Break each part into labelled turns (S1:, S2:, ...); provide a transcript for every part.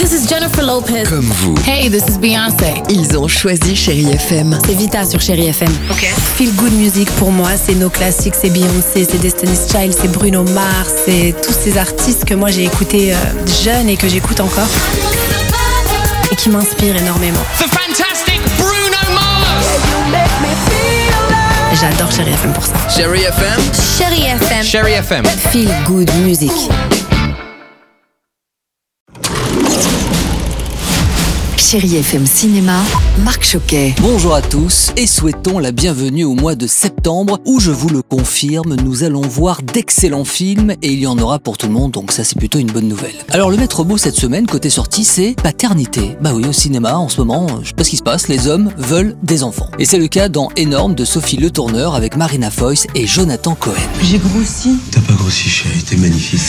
S1: this is Jennifer Lopez.
S2: Comme vous,
S3: Hey, this is Beyoncé.
S4: Ils ont choisi Chérie FM.
S5: C'est Vita sur Chéri FM.
S4: Ok.
S5: Feel Good Music pour moi, c'est nos classiques, c'est Beyoncé, c'est Destiny's Child, c'est Bruno Mars, c'est tous ces artistes que moi j'ai écoutés euh, jeune et que j'écoute encore et qui m'inspirent énormément.
S3: The fantastic Bruno Mars.
S5: J'adore Chéri FM pour ça.
S2: Chérie FM,
S5: Chéri FM.
S2: Chérie FM.
S4: Feel Good Music. Chérie FM Cinéma, Marc Choquet.
S6: Bonjour à tous et souhaitons la bienvenue au mois de septembre où je vous le confirme, nous allons voir d'excellents films et il y en aura pour tout le monde donc ça c'est plutôt une bonne nouvelle. Alors le maître mot cette semaine côté sortie c'est paternité. Bah oui au cinéma en ce moment euh, je sais pas ce qui se passe, les hommes veulent des enfants. Et c'est le cas dans Énorme de Sophie Le Tourneur avec Marina Foïs et Jonathan Cohen.
S7: J'ai grossi.
S8: T'as pas grossi, chérie, t'es magnifique.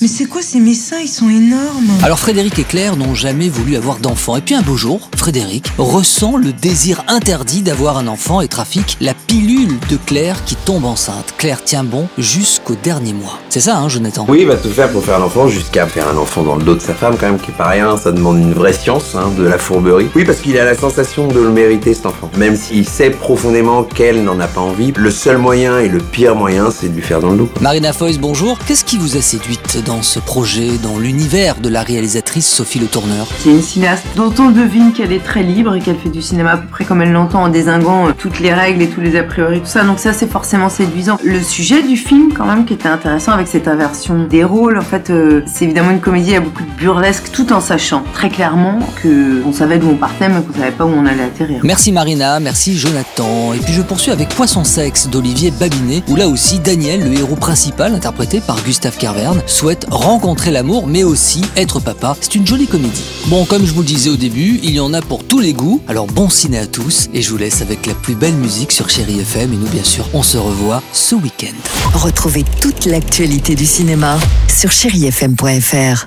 S7: Mais c'est quoi ces messins Ils sont énormes.
S6: Alors Frédéric et Claire n'ont jamais voulu avoir d'enfant. Et puis un beau jour, Frédéric ressent le désir interdit d'avoir un enfant et trafique la pilule de Claire qui tombe enceinte. Claire tient bon jusqu'au dernier mois. C'est ça, hein, Jonathan
S9: Oui, il va tout faire pour faire un enfant, jusqu'à faire un enfant dans le dos de sa femme, quand même, qui est pas rien. Ça demande une vraie science, hein, de la fourberie. Oui, parce qu'il a la sensation de le mériter, cet enfant. Même s'il sait profondément qu'elle n'en a pas envie, le seul moyen et le pire moyen, c'est de lui faire dans le dos. quoi.
S6: Marina Foïs, bonjour. Qu'est-ce qui vous a séduite dans ce projet, dans l'univers de la réalisatrice Sophie Le Tourneur
S7: C'est une cinéaste dont on devine qu'elle est très libre et qu'elle fait du cinéma à peu près comme elle l'entend en désinguant euh, toutes les règles et tous les a priori, tout ça. Donc ça, c'est forcément séduisant. Le sujet du film, quand même, qui était intéressant avec cette inversion des rôles, en fait, euh, c'est évidemment une comédie à beaucoup de burlesque, tout en sachant très clairement que on savait d'où on partait, mais qu'on savait pas où on allait atterrir.
S6: Merci Marina, merci Jonathan. Et puis je poursuis avec Poisson Sexe d'Olivier Babinet, où là aussi Daniel, le héros principal interprété par Gustave Carverne, souhaite rencontrer l'amour mais aussi être papa. C'est une jolie comédie. Bon, comme je vous le disais au début, il y en a pour tous les goûts. Alors bon ciné à tous et je vous laisse avec la plus belle musique sur Chéri FM et nous bien sûr on se revoit ce week-end.
S4: Retrouvez toute l'actualité du cinéma sur chérifm.fr.